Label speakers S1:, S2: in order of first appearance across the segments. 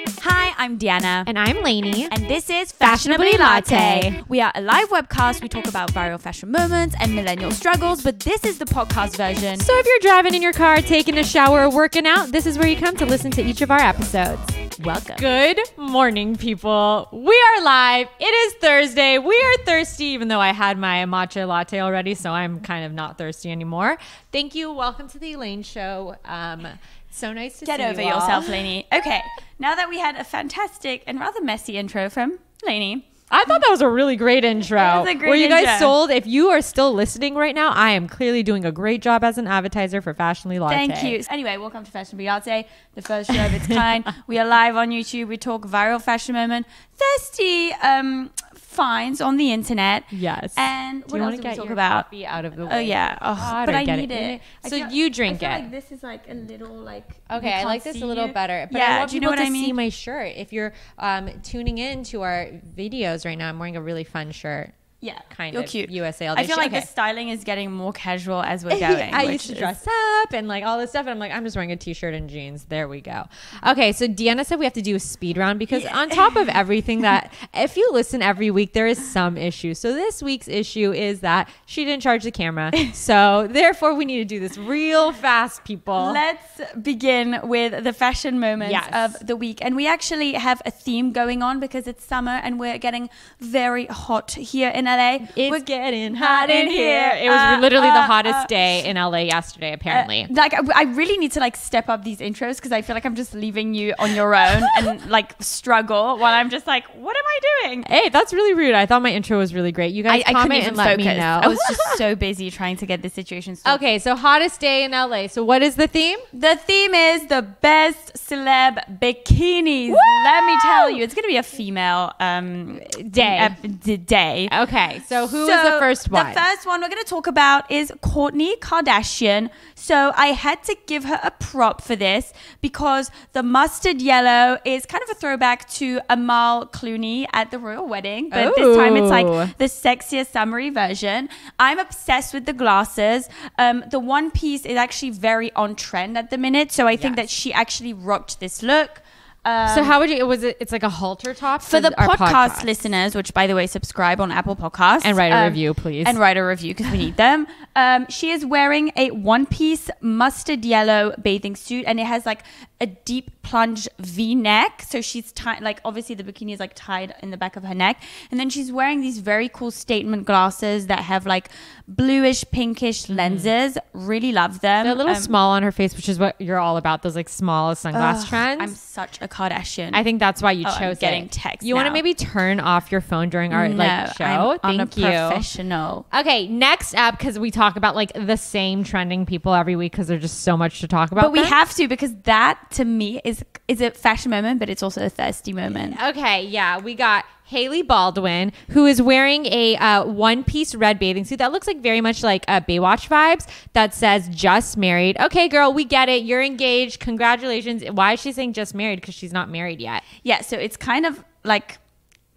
S1: I'm Deanna.
S2: And I'm Lainey.
S1: And this is
S2: Fashionably Latte.
S1: We are a live webcast. We talk about viral fashion moments and millennial struggles, but this is the podcast version.
S2: So if you're driving in your car, taking a shower, or working out, this is where you come to listen to each of our episodes.
S1: Welcome.
S2: Good morning, people. We are live. It is Thursday. We are thirsty, even though I had my matcha latte already, so I'm kind of not thirsty anymore. Thank you. Welcome to the Elaine Show. Um, so nice to
S1: Get
S2: see
S1: over
S2: you all.
S1: yourself, Lainey. Okay, now that we had a fantastic and rather messy intro from Lainey,
S2: I thought that was a really great intro.
S1: That was a great
S2: Were you guys
S1: intro.
S2: sold? If you are still listening right now, I am clearly doing a great job as an advertiser for Fashionly Latte.
S1: Thank you. Anyway, welcome to Fashion Beyonce, the first show of its kind. we are live on YouTube. We talk viral fashion moment, thirsty um, finds on the internet.
S2: Yes.
S1: And
S2: Do
S1: what
S2: you
S1: else
S2: want
S1: do
S2: to
S1: we
S2: get
S1: talk
S2: your
S1: about?
S2: coffee out of the way?
S1: Oh yeah, oh,
S2: God,
S1: but
S2: or
S1: I
S2: get
S1: need
S2: it
S1: it.
S2: in it.
S1: I
S2: So
S1: feel-
S2: you drink
S1: I feel
S2: it.
S1: Like this is like a little like. we
S2: Okay, I
S1: can't
S2: like this
S1: see
S2: a little
S1: you.
S2: better. But
S1: yeah,
S2: I want
S1: do you know what
S2: people to
S1: I mean?
S2: see my shirt. If you're um, tuning in to our videos right now, I'm wearing a really fun shirt.
S1: yeah,
S2: kind
S1: You're
S2: of
S1: cute.
S2: USA all
S1: I
S2: day
S1: feel
S2: shit.
S1: like the
S2: Okay.
S1: styling is getting more casual as we're going.
S2: I
S1: which
S2: used to
S1: is-
S2: dress up and like all this stuff, and I'm like, I'm just wearing a t-shirt and jeans. There we go. Okay, so Deanna said we have to do a speed round because on top of everything that, if you listen every week, there is some issue. So this week's issue is that she didn't charge the camera, so therefore we need to do this real fast, people.
S1: Let's begin with the fashion moments
S2: Yes.
S1: of the week. And we actually have a theme going on because it's summer and we're getting very hot here in LA.
S2: it's
S1: We're-
S2: getting
S1: hot in here.
S2: It was
S1: Uh,
S2: literally the
S1: uh,
S2: hottest
S1: uh.
S2: day in LA yesterday,
S1: uh,
S2: apparently.
S1: like I, I really need to like step up these intros because I feel like I'm just leaving you on your own and like struggle while I'm just like, what am I doing?
S2: hey, that's really rude. I thought my intro was really great. You guys
S1: I, I couldn't
S2: comment
S1: even
S2: and let
S1: focus.
S2: me know.
S1: I was just so busy trying to get this situation. Sorted.
S2: Okay, so hottest day in LA. So what is the theme?
S1: The theme is the best celeb bikinis. Let me tell you, it's going to be a female um,
S2: Day.
S1: ep- d- day.
S2: Okay, so who was the first one?
S1: The first one we're going to talk about is Courtney Kardashian. So I had to give her a prop for this because the mustard yellow is kind of a throwback to Amal Clooney at the royal wedding, but this time it's
S2: Ooh.
S1: like the sexier summery version. I'm obsessed with the glasses. Um, the one piece is actually very on trend at the minute, so I think
S2: Yes.
S1: that she actually rocked this look. Um,
S2: so how would you? Was it? It's like a halter top
S1: for the
S2: our
S1: podcast, listeners, which by the way, subscribe on Apple Podcasts um,
S2: And write a review, please.
S1: And write a review because we need them. Um, she is wearing a one-piece mustard yellow bathing suit, and it has like a deep plunge V-neck. So she's tied, like obviously the bikini is like tied in the back of her neck, and then she's wearing these very cool statement glasses that have like bluish, pinkish lenses. Really love them.
S2: Mm. They're a little
S1: Um,
S2: small on her face, which is what you're all about. Those like small sunglass trends.
S1: I'm such a Kardashian.
S2: I think that's why you
S1: Oh, I'm
S2: chose
S1: getting
S2: it.
S1: text
S2: You want to
S1: now.
S2: maybe turn off your phone during our
S1: No,
S2: like show.
S1: I'm
S2: Thank you.
S1: unprofessional.
S2: Okay, next up because we talk about like the same trending people every week because there's just so much to talk about.
S1: But we
S2: them.
S1: have to because that to me is is a fashion moment, but it's also a thirsty moment.
S2: Okay, yeah, we got Haley Baldwin, who is wearing a uh, one-piece red bathing suit that looks like very much like uh, Baywatch vibes. That says "just married." Okay, girl, we get it. You're engaged. Congratulations. Why is she saying "just married"? Because she's not married yet.
S1: Yeah, so it's kind of like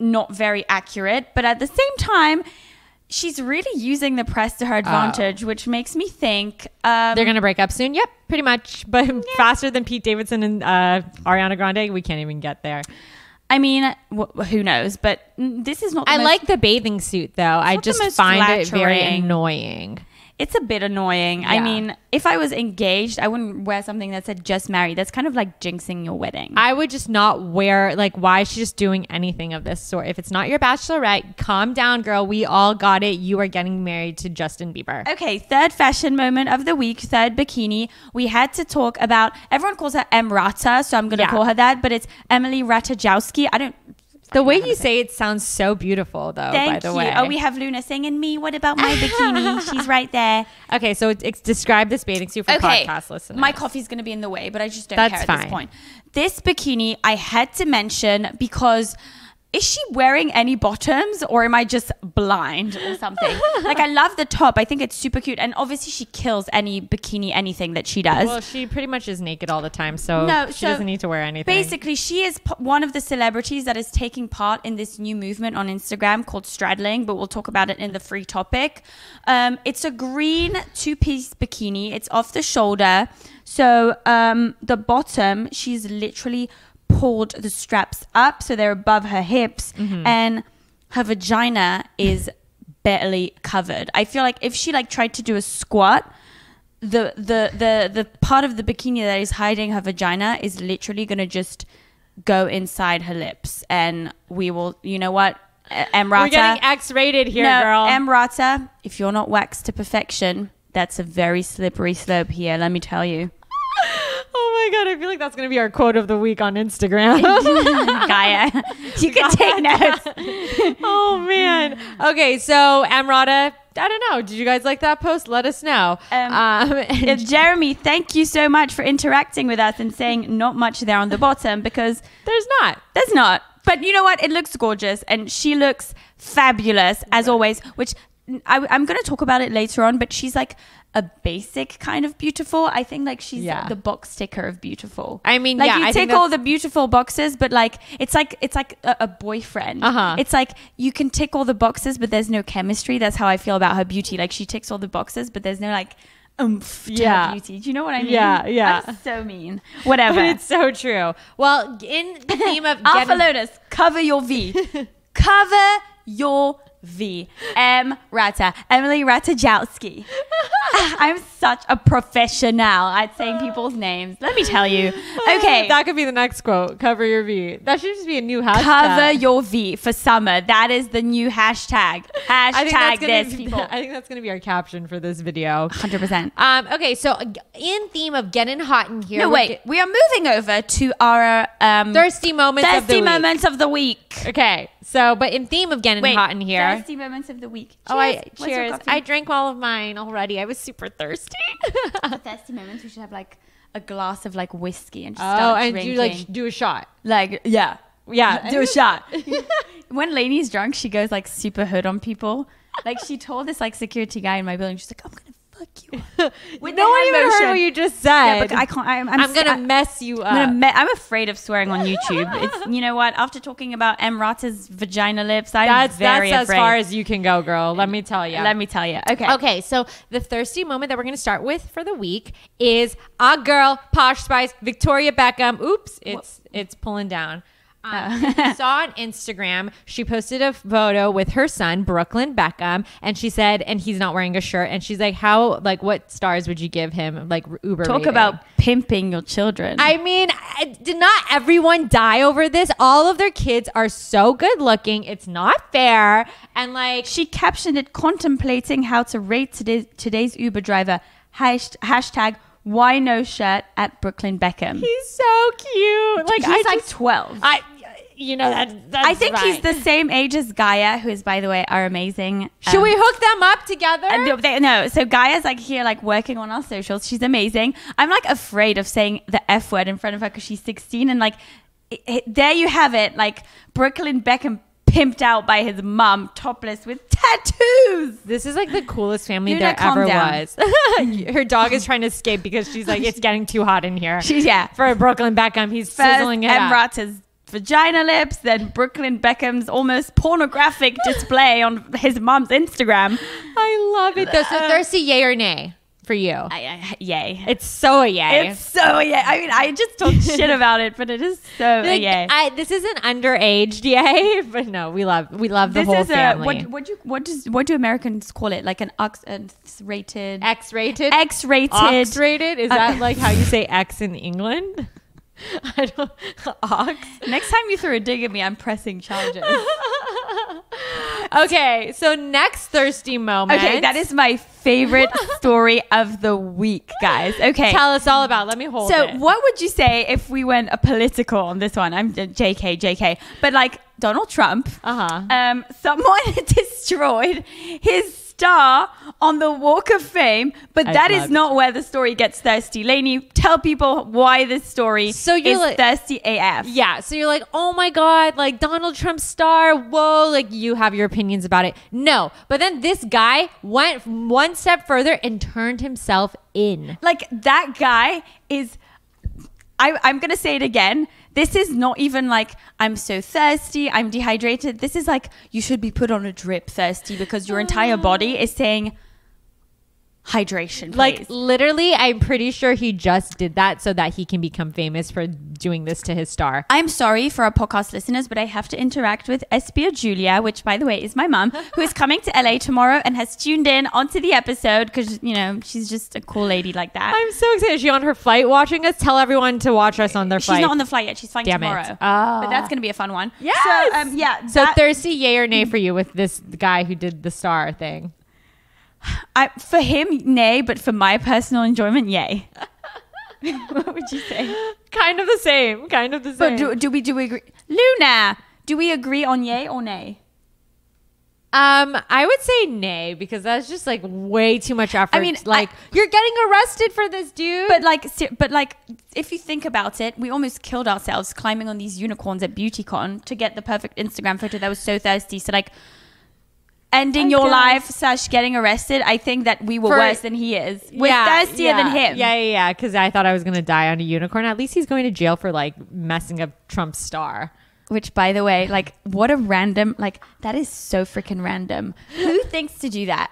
S1: not very accurate, but at the same time, she's really using the press to her
S2: Uh.
S1: advantage, which makes me think um,
S2: They're gonna break up soon. Yep, pretty much. But faster than Pete Davidson and uh, Ariana Grande, we can't even get there.
S1: I mean, wh- who knows? But mm, this is not. The
S2: I
S1: most-
S2: like the bathing suit though. I
S1: not the
S2: just
S1: most
S2: find it very
S1: flattering.
S2: annoying.
S1: It's a bit annoying. I
S2: Yeah.
S1: mean, if I was engaged, I wouldn't wear something that said "just married." That's kind of like jinxing your wedding.
S2: I would just not wear like why is she just doing anything of this sort? If it's not your bachelorette, calm down, girl. We all got it. You are getting married to Justin Bieber.
S1: Okay, third fashion moment of the week, third bikini. We had to talk about everyone calls her Emrata, so I'm gonna
S2: Yeah.
S1: call her that, but it's Emily Ratajkowski. I don't
S2: The way you say it sounds so beautiful though, by
S1: thank
S2: the
S1: you.
S2: way.
S1: Oh, we have Luna singing me. What about my bikini? She's right there.
S2: okay, so it's, it's describe this bathing suit for
S1: Okay,
S2: podcast listeners.
S1: my coffee's gonna be in the way, but I just don't
S2: That's
S1: care at this
S2: fine.
S1: point. This bikini I had to mention because is she wearing any bottoms or am I just blind or something? like I love the top. I think it's super cute, and obviously she kills any bikini anything that she does.
S2: well, she pretty much is naked all the time, so
S1: No,
S2: she
S1: so
S2: doesn't need to wear anything.
S1: Basically, she is p- one of the celebrities that is taking part in this new movement on Instagram called straddling, but we'll talk about it in the free topic. Um, it's a green two piece bikini, it's off the shoulder. So um, the bottom, she's literally pulled the straps up so they're above her hips and her vagina is barely covered. I feel like if she like tried to do a squat, the the the the part of the bikini that is hiding her vagina is literally going to just go inside her lips and we will you know what E- Emrata
S2: We're getting X-rated here,
S1: no,
S2: girl.
S1: Emrata, if you're not waxed to perfection, that's a very slippery slope here, let me tell you.
S2: oh my god, I feel like that's gonna be our quote of the week on Instagram.
S1: Gaia, you can take notes.
S2: oh man. Okay, so Emrata, I don't know. Did you guys like that post? Let us know.
S1: Um,
S2: and-
S1: Uh, Jeremy, thank you so much for interacting with us and saying not much there on the bottom because
S2: there's not.
S1: there's not. But you know what? It looks gorgeous and she looks fabulous as always, which I, am going to talk about it later on, but she's like a basic kind of beautiful. I think like she's
S2: Yeah.
S1: the box ticker of beautiful.
S2: I mean,
S1: like
S2: yeah,
S1: you
S2: I think
S1: tick all the beautiful boxes, but like it's like it's like a, a boyfriend.
S2: Uh-huh.
S1: It's like you can tick all the boxes, but there's no chemistry. That's how I feel about her beauty. Like she ticks all the boxes, but there's no like oomph to
S2: Yeah.
S1: her beauty. Do you know what I mean?
S2: Yeah, yeah.
S1: I'm so mean.
S2: But
S1: Whatever.
S2: it's so true. Well, in the theme of
S1: Alpha
S2: getting-
S1: Lotus, cover your V. cover your V. M. Rata. Emily Ratajkowski. I'm such a professional at saying people's names. Let me tell you. Okay.
S2: that could be the next quote. Cover your V. That should just be a new hashtag.
S1: Cover your V for summer. That is the new hashtag. Hashtag
S2: gonna
S1: this,
S2: be,
S1: people.
S2: I think that's gonna be our caption for this video.
S1: 100%.
S2: Um, okay, so uh, in theme of getting hot in here,
S1: No,
S2: we're
S1: wait.
S2: get-
S1: We are moving over to our um,
S2: thirsty moments. of
S1: thirsty
S2: the week.
S1: moments of the week.
S2: Okay, so but in theme of getting hot in here.
S1: Thirsty moments of the week. Cheers.
S2: Oh, I,
S1: Where's your
S2: cheers!
S1: coffee?
S2: I drank all of mine already. I was super thirsty. oh,
S1: thirsty moments, we should have like a glass of like whiskey and just start
S2: Oh, and
S1: drinking.
S2: you like do a shot.
S1: like yeah,
S2: Yeah,
S1: do a shot. when Lainey's drunk, she goes like super hood on people. Like she told this like security guy in my building, she's like, "I'm gonna fuck you." up." With
S2: no
S1: the
S2: one
S1: hand
S2: even heard
S1: motion.
S2: what you just said.
S1: Yeah, but I can't. I'm, I'm,
S2: I'm gonna
S1: I-
S2: mess you up.
S1: I'm, gonna me- I'm afraid of swearing on YouTube. It's you know what? After talking about Emrata's vagina lips, I'm
S2: that's
S1: very
S2: that's as
S1: afraid.
S2: far as you can go, girl. Let me tell you.
S1: Let me tell you. Okay.
S2: Okay, so the thirsty moment that we're going to start with for the week is our girl Posh Spice Victoria Beckham. Oops, it's it's pulling down.
S1: Oh.
S2: Um, saw on Instagram, she posted a photo with her son Brooklyn Beckham, and she said, and he's not wearing a shirt, and she's like, how like what stars would you give him? Like Uber.
S1: Talk
S2: rating.
S1: about pimping your children.
S2: I mean, I- did not everyone die over this? All of their kids are so good looking. It's not fair, and like
S1: She captioned it contemplating how to rate today's, today's Uber driver. Hasht- hashtag why no shirt at Brooklyn Beckham.
S2: he's so cute. Like
S1: he's
S2: I
S1: like
S2: just-
S1: 12.
S2: I, you know that. That's
S1: I think he's
S2: right.
S1: the same age as Gaia, who is, by the way, our amazing.
S2: Should
S1: um,
S2: we hook them up together?
S1: uh, no, they, no, so Gaia's like here, like working on our socials. She's amazing. I'm like afraid of saying the F word in front of her because she's 16. And like, it, it- there you have it. Like, Brooklyn Beckham pimped out by his mom, topless with tattoos.
S2: this is like the coolest family
S1: Luna,
S2: there
S1: calm
S2: ever
S1: down.
S2: was. Her dog is trying to escape because she's like, it's getting too hot in here.
S1: She's, yeah.
S2: For Brooklyn Beckham, he's
S1: first
S2: sizzling it up.
S1: Emrata's vagina lips, then Brooklyn Beckham's almost pornographic display on his mom's Instagram.
S2: I love it. Though. So thirsty, yay or nay for you?
S1: I, I, yay.
S2: It's so a yay.
S1: It's so yay. I mean, I just talk shit about it, but it is so
S2: Like,
S1: yay.
S2: I, this is an underage yay, but no, we love we love the
S1: This
S2: whole
S1: is a
S2: family.
S1: what? What do you, what does what do Americans call it? Like an X rated
S2: X-rated,
S1: X rated
S2: Ox-rated? Is
S1: Uh,
S2: that like how you say X in England? I don't ox.
S1: Next time you throw a dig at me, I'm pressing charges.
S2: Okay, so next thirsty moment.
S1: okay, that is my favorite story of the week, guys. Okay,
S2: Tell us all about. Let me hold
S1: So,
S2: it.
S1: what would you say if we went a political on this one? I'm uh, JK, JK, but like Donald Trump,
S2: Uh-huh.
S1: um, someone destroyed his star on the Walk of Fame, but
S2: I
S1: that is
S2: love-
S1: not where the story gets thirsty. Lainey, tell people why this story
S2: So you're
S1: is
S2: like-
S1: thirsty AF.
S2: Yeah, so you're like, oh my God, like Donald Trump star, whoa, like you have your opinions about it. No, but then this guy went one step further and turned himself in.
S1: Like that guy is. I, I'm gonna say it again. This is not even like I'm so thirsty, I'm dehydrated. This
S2: Oh.
S1: is like you should be put on a drip thirsty because your entire body is saying, hydration. Please.
S2: Like literally, I'm pretty sure he just did that so that he can become famous for doing this to his star.
S1: I'm sorry for our podcast listeners, but I have to interact with Espia Julia, which, by the way, is my mom, who is coming to LA tomorrow and has tuned in onto the episode because, you know, she's just a cool lady like that.
S2: I'm so excited. Is she on her flight watching us? Tell everyone to watch us on their
S1: she's
S2: flight.
S1: not on the flight yet. She's flying
S2: Damn it.
S1: tomorrow.
S2: Ah.
S1: But that's going to be a fun one.
S2: Yes!
S1: So, um, yeah.
S2: so
S1: that-
S2: thirsty, yay or nay for you with this guy who did the star thing?
S1: I, for him, nay, but for my personal enjoyment, yay. what would you say?
S2: Kind of the same. Kind of the
S1: But do, do we do we agree? Luna, do we agree on yay or nay?
S2: um, I would say nay because that's just like way too much effort.
S1: I mean,
S2: like
S1: I-
S2: you're getting arrested for this, dude.
S1: But like, se- but like, if you think about it, we almost killed ourselves climbing on these unicorns at BeautyCon to get the perfect Instagram photo. That was so thirsty. So like, ending
S2: I
S1: your
S2: guess.
S1: life slash getting arrested. I think that we were
S2: For-
S1: worse than he is. We're thirstier
S2: yeah,
S1: than him.
S2: Yeah, yeah, yeah. Because I thought I was gonna die on a unicorn. At least he's going to jail for like messing up Trump's star.
S1: Which, by the way, like, what a random. Like, that is so freaking random. Who thinks to do that?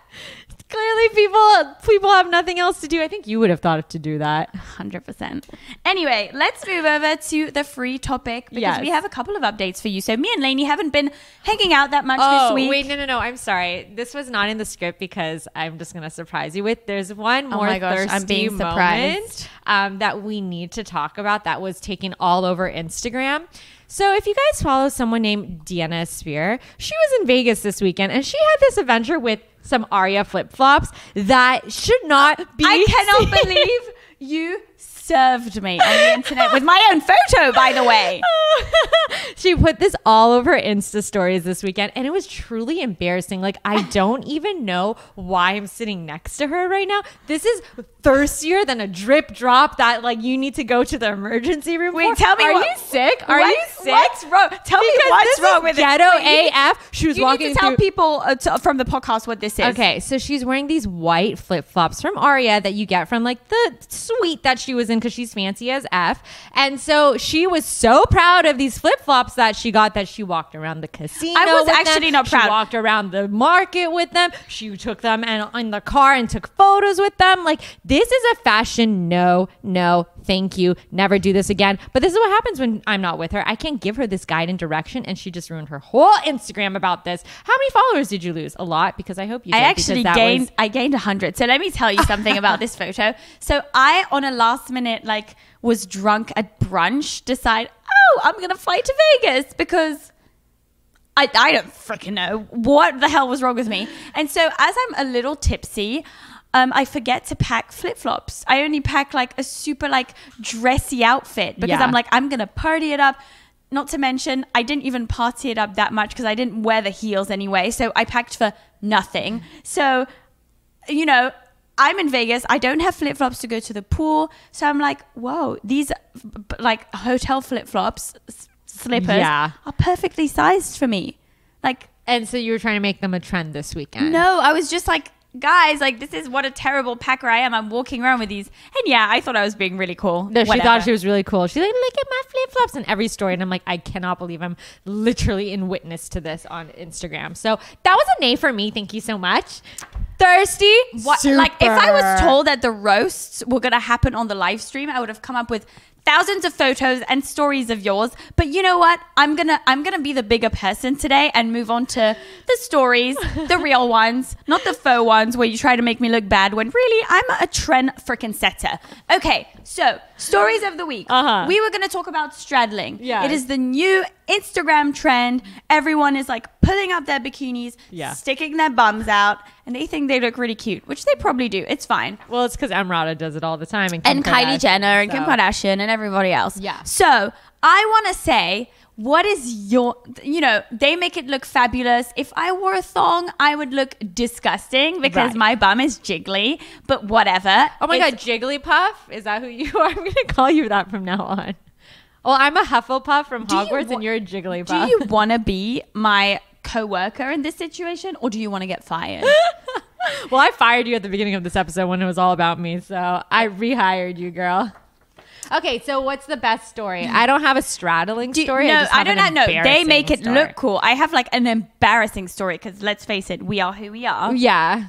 S2: Clearly, people people have nothing else to do. I think you would have thought to do that.
S1: 100%. Anyway, let's move over to the free topic because
S2: Yes.
S1: we have a couple of updates for you. So, me and Lainey haven't been hanging out that much this week.
S2: Oh, wait, no, no, no. I'm sorry. This was not in the script because I'm just gonna surprise you with. There's one more
S1: Oh my gosh, I'm
S2: thirsty
S1: being surprised.
S2: moment um, that we need to talk about that was taken all over Instagram. So if you guys follow someone named Deanna Spear, she was in Vegas this weekend and she had this adventure with some Aria flip flops that should not be.
S1: I
S2: seen.
S1: cannot believe you served me on the internet with my own photo, by the way.
S2: she put this all over Insta stories this weekend, and it was truly embarrassing. Like, I don't even know why I'm sitting next to her right now. This is thirstier than a drip drop that, like, you need to go to the emergency room.
S1: Wait,
S2: for.
S1: tell me
S2: are
S1: what-
S2: you sick? Are
S1: what-
S2: you sick?
S1: What's wrong? Tell me
S2: Because
S1: what's
S2: this
S1: wrong
S2: is
S1: with
S2: ghetto
S1: it. Wait, you need-
S2: AF. She was
S1: you
S2: walking
S1: need to tell
S2: through-
S1: people uh, to, from the podcast what this is.
S2: Okay, so she's wearing these white flip flops from Aria that you get from like the suite that she was in because she's fancy as F. And so she was so proud of these flip flops that she got that she walked around the casino.
S1: I was
S2: with
S1: actually
S2: them.
S1: not
S2: She
S1: proud.
S2: walked around the market with them. She took them and in the car and took photos with them. Like this is a fashion no, no, thank you, never do this again. But this is what happens when I'm not with her. I can't give her this guide and direction, and she just ruined her whole Instagram about this. How many followers did you lose? A lot, because I hope you.
S1: I
S2: did,
S1: actually
S2: because that
S1: gained
S2: was-
S1: I gained 100. So let me tell you something about this photo. So I on a last minute like was drunk at brunch decide, "Oh, I'm going to fly to Vegas because I, I don't freaking know what the hell was wrong with me. And so, as I'm a little tipsy, um, I forget to pack flip flops. I only pack like a super like dressy outfit because
S2: Yeah.
S1: I'm like I'm gonna party it up. Not to mention, I didn't even party it up that much because I didn't wear the heels anyway. So I packed for nothing. So, you know, I'm in Vegas. I don't have flip flops to go to the pool. So I'm like, whoa, these b- like hotel flip flops, s- slippers
S2: Yeah.
S1: are perfectly sized for me. Like,
S2: and so you were trying to make them a trend this weekend.
S1: no, I was just like, guys, like, this is what a terrible packer I am. I'm walking around with these. And yeah, I thought I was being really cool.
S2: No, she
S1: Whatever.
S2: thought she was really cool. She's like, look at my flip flops in every story. And I'm like, I cannot believe I'm literally in witness to this on Instagram. So that was a nay for me. Thank you so much. Thirsty.
S1: What, like, if I was
S2: Super.
S1: told that the roasts were going to happen on the live stream, I would have come up with thousands of photos and stories of yours but you know what i'm gonna i'm gonna be the bigger person today and move on to the stories the real ones not the faux ones where you try to make me look bad when really i'm a trend freaking setter okay so stories of the week
S2: Uh-huh.
S1: we were gonna talk about straddling
S2: Yes.
S1: it is the new instagram trend everyone is like pulling up their bikinis
S2: Yeah.
S1: sticking their bums out and they think they look really cute, which they probably do. It's fine.
S2: Well, it's because Emrata does it all the time. And, Kim
S1: And Kylie
S2: Kardashian,
S1: Jenner and Kim
S2: so-
S1: Kardashian and everybody else.
S2: Yeah.
S1: So I want to say, what is your, you know, they make it look fabulous. If I wore a thong, I would look disgusting because
S2: Right.
S1: my bum is jiggly, but whatever.
S2: Oh my
S1: It's-
S2: God, Jigglypuff? Is that who you are? I'm going to call you that from now on. Well, I'm a Hufflepuff from
S1: Do you
S2: Hogwarts
S1: wa-
S2: and you're a Jigglypuff.
S1: Do you want to be my coworker in this situation or do you want to get fired?
S2: Well, I fired you at the beginning of this episode when it was all about me, so I rehired you, girl. Okay, so what's the best story? I don't have a straddling
S1: Do-
S2: story.
S1: No,
S2: just
S1: I,
S2: have
S1: don't
S2: an
S1: know. No, they
S2: embarrassing
S1: make it
S2: story.
S1: look cool. I have like an embarrassing story because let's face it, we are who we are.
S2: Yeah.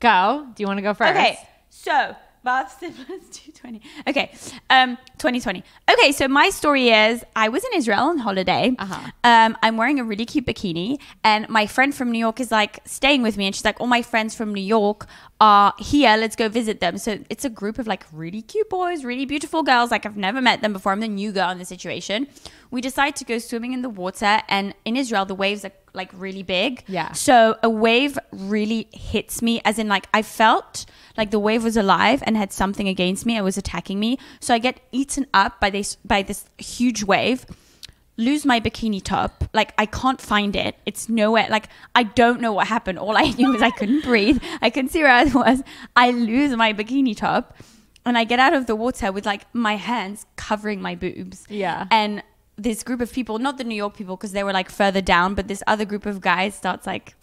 S2: Go. Do you want to go first?
S1: Okay, so Bath Siblings 220. Okay, um, 2020. Okay, so my story is I was in Israel on holiday.
S2: Uh-huh.
S1: Um, I'm wearing a really cute bikini, and my friend from New York is like staying with me, and she's like, All my friends from New York are here. Let's go visit them. So it's a group of like really cute boys, really beautiful girls. Like I've never met them before. I'm the new girl in the situation. We decide to go swimming in the water, and in Israel, the waves are like really big.
S2: Yeah.
S1: So a wave really hits me, as in, like, I felt like the wave was alive and had something against me. It was attacking me. So I get eaten up by this by this huge wave. Lose my bikini top. Like I can't find it. It's nowhere. Like I don't know what happened. All I knew was I couldn't breathe. I couldn't see where I was. I lose my bikini top, and I get out of the water with like my hands covering my boobs
S2: Yeah.
S1: and this group of people, not the New York people, because they were like further down, but this other group of guys starts like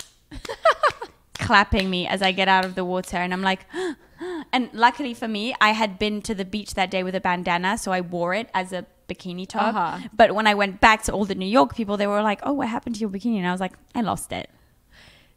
S1: clapping me as I get out of the water, and I'm like, and luckily for me, I had been to the beach that day with a bandana, so I wore it as a bikini top.
S2: Uh-huh.
S1: But when I went back to all the New York people, they were like, "Oh, what happened to your bikini?" And I was like, "I lost it."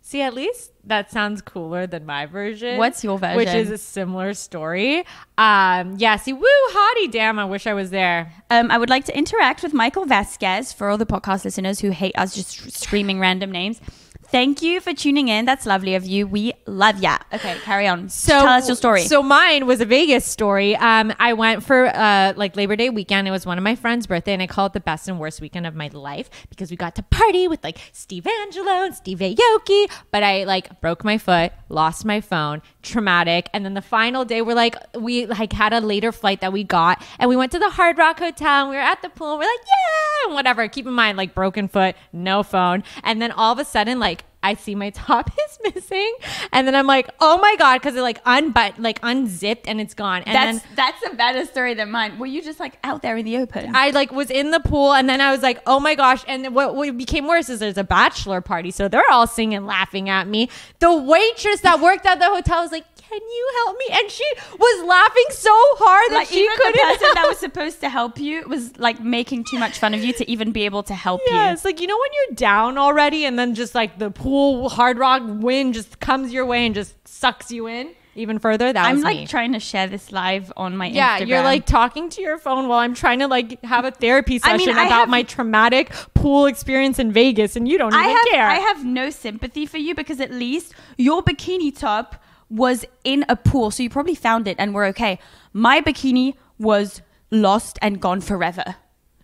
S2: See, at least that sounds cooler than my version.
S1: What's your
S2: Which
S1: version?
S2: is a similar story. Um, yeah, see, woo, hottie, damn, I wish I was there.
S1: Um, I would like to interact with Michael Vasquez for all the podcast listeners who hate us just screaming random names. Thank you for tuning in. That's lovely of you. We love ya. Okay, carry on.
S2: So
S1: tell us your story.
S2: So mine was a Vegas story. Um, I went for uh, like Labor Day weekend. It was one of my friends' birthday, and I call it the best and worst weekend of my life because we got to party with like Steve Angelo and Steve Aoki. But I like broke my foot, lost my phone, traumatic. And then the final day, we're like we like had a later flight that we got, and we went to the Hard Rock Hotel, and we were at the pool. And we're like, yeah, and whatever. Keep in mind, like broken foot, no phone, and then all of a sudden, like I see my top is missing, and then I'm like, oh my god, because it like unbut, like unzipped, and it's gone. And
S1: that's
S2: then
S1: that's a better story than mine. Were you just like out there in the open?
S2: I like was in the pool, and then I was like, oh my gosh. And then what, what became worse is there's a bachelor party, so they're all singing, laughing at me. The waitress that worked at the hotel was like, can you help me? And she was laughing so hard that
S1: like
S2: she
S1: even
S2: couldn't.
S1: the person
S2: help.
S1: that was supposed to help you was like making too much fun of you to even be able to help
S2: Yeah,
S1: you.
S2: it's like you know when you're down already, and then just like the pool hard rock wind just comes your way and just sucks you in even further. That
S1: I'm
S2: was
S1: like
S2: me.
S1: trying to share this live on my
S2: yeah,
S1: Instagram.
S2: you're like talking to your phone while I'm trying to like have a therapy
S1: I
S2: session
S1: mean, I
S2: about
S1: have-
S2: my traumatic pool experience in Vegas, and you don't
S1: I
S2: even
S1: have
S2: care.
S1: I have no sympathy for you because at least your bikini top was in a pool, so you probably found it and were okay. My bikini was lost and gone forever.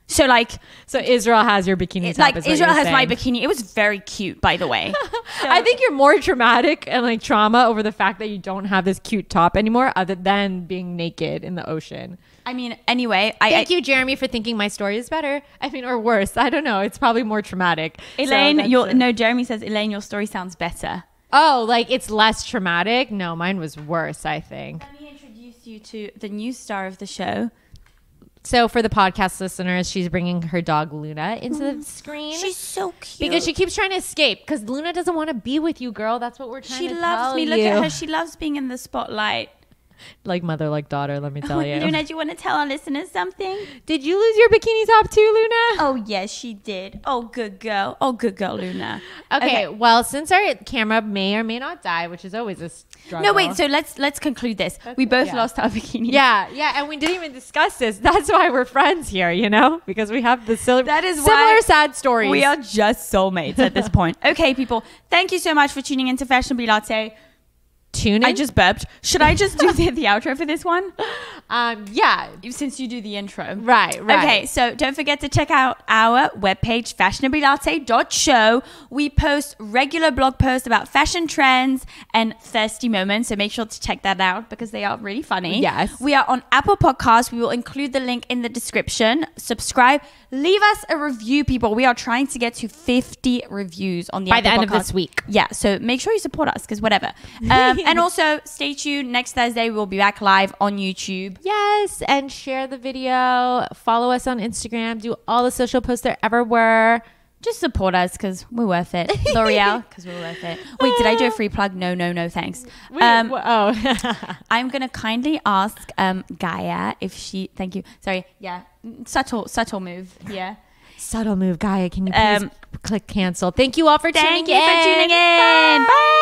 S1: So like,
S2: so Israel has your bikini.
S1: it,
S2: top,
S1: like
S2: is what
S1: Israel
S2: you're
S1: has my
S2: saying.
S1: bikini. It was very cute, by the way.
S2: I think you're more traumatic and like trauma over the fact that you don't have this cute top anymore, other than being naked in the ocean.
S1: I mean, anyway, I,
S2: Thank you, Jeremy, for thinking my story is better. I mean, or worse. I don't know. It's probably more traumatic.
S1: I-
S2: So
S1: Elaine,
S2: that's
S1: your
S2: it.
S1: no. Jeremy says Elaine, your story sounds better.
S2: oh, like it's less traumatic. No, mine was worse. I think.
S1: Let me introduce you to the new star of the show.
S2: So for the podcast listeners, she's bringing her dog Luna into the screen
S1: Mm. She's so cute
S2: because she keeps trying to escape because Luna doesn't want to be with you, girl. That's what we're trying
S1: she
S2: to
S1: loves
S2: tell
S1: me.
S2: you.
S1: Look at her. She loves being in the spotlight.
S2: Like mother, like daughter. Let me tell you.
S1: Luna, do you want to tell our listeners something?
S2: Did you lose your bikini top too, Luna?
S1: Oh yes, she did. Oh good girl. Oh good girl, Luna.
S2: Okay, Well, since our camera may or may not die, which is always a struggle.
S1: No wait. So let's let's conclude this. we both
S2: yeah.
S1: lost our bikini.
S2: Yeah, yeah, and we didn't even discuss this. That's why we're friends here, you know, because we have the sil-
S1: That is
S2: similar
S1: why
S2: sad stories.
S1: We are just soulmates at this point. Okay, people. Thank you so much for tuning into Fashionably Latte.
S2: tuning.
S1: I just burped. Should I just do the, the outro for this one?
S2: um, yeah,
S1: Since you do the intro.
S2: right, right.
S1: Okay, so don't forget to check out our webpage, fashionablylatte.show. We post regular blog posts about fashion trends and thirsty moments, so make sure to check that out because they are really funny.
S2: Yes.
S1: We are on Apple Podcasts. We will include the link in the description. Subscribe. Leave us a review, people. We are trying to get to 50 reviews on the
S2: By the
S1: Apple
S2: end of this
S1: Podcasts.
S2: week.
S1: Yeah, so make sure you support us because whatever. Um, and also, stay tuned. Next Thursday, we'll be back live on YouTube.
S2: Yes, and share the video. Follow us on Instagram. Do all the social posts there ever were.
S1: just support us because we're worth it. L'Oreal because we're worth it. Wait, did I do a free plug? No, no, no, thanks. um,
S2: oh,
S1: I'm gonna kindly ask um, Gaia if she. Thank you. Sorry. Yeah. Subtle, subtle move. Yeah.
S2: subtle move, Gaia. Can you please
S1: Um,
S2: click cancel? Thank you all for
S1: Thank
S2: tuning
S1: you
S2: in.
S1: for tuning in. Bye.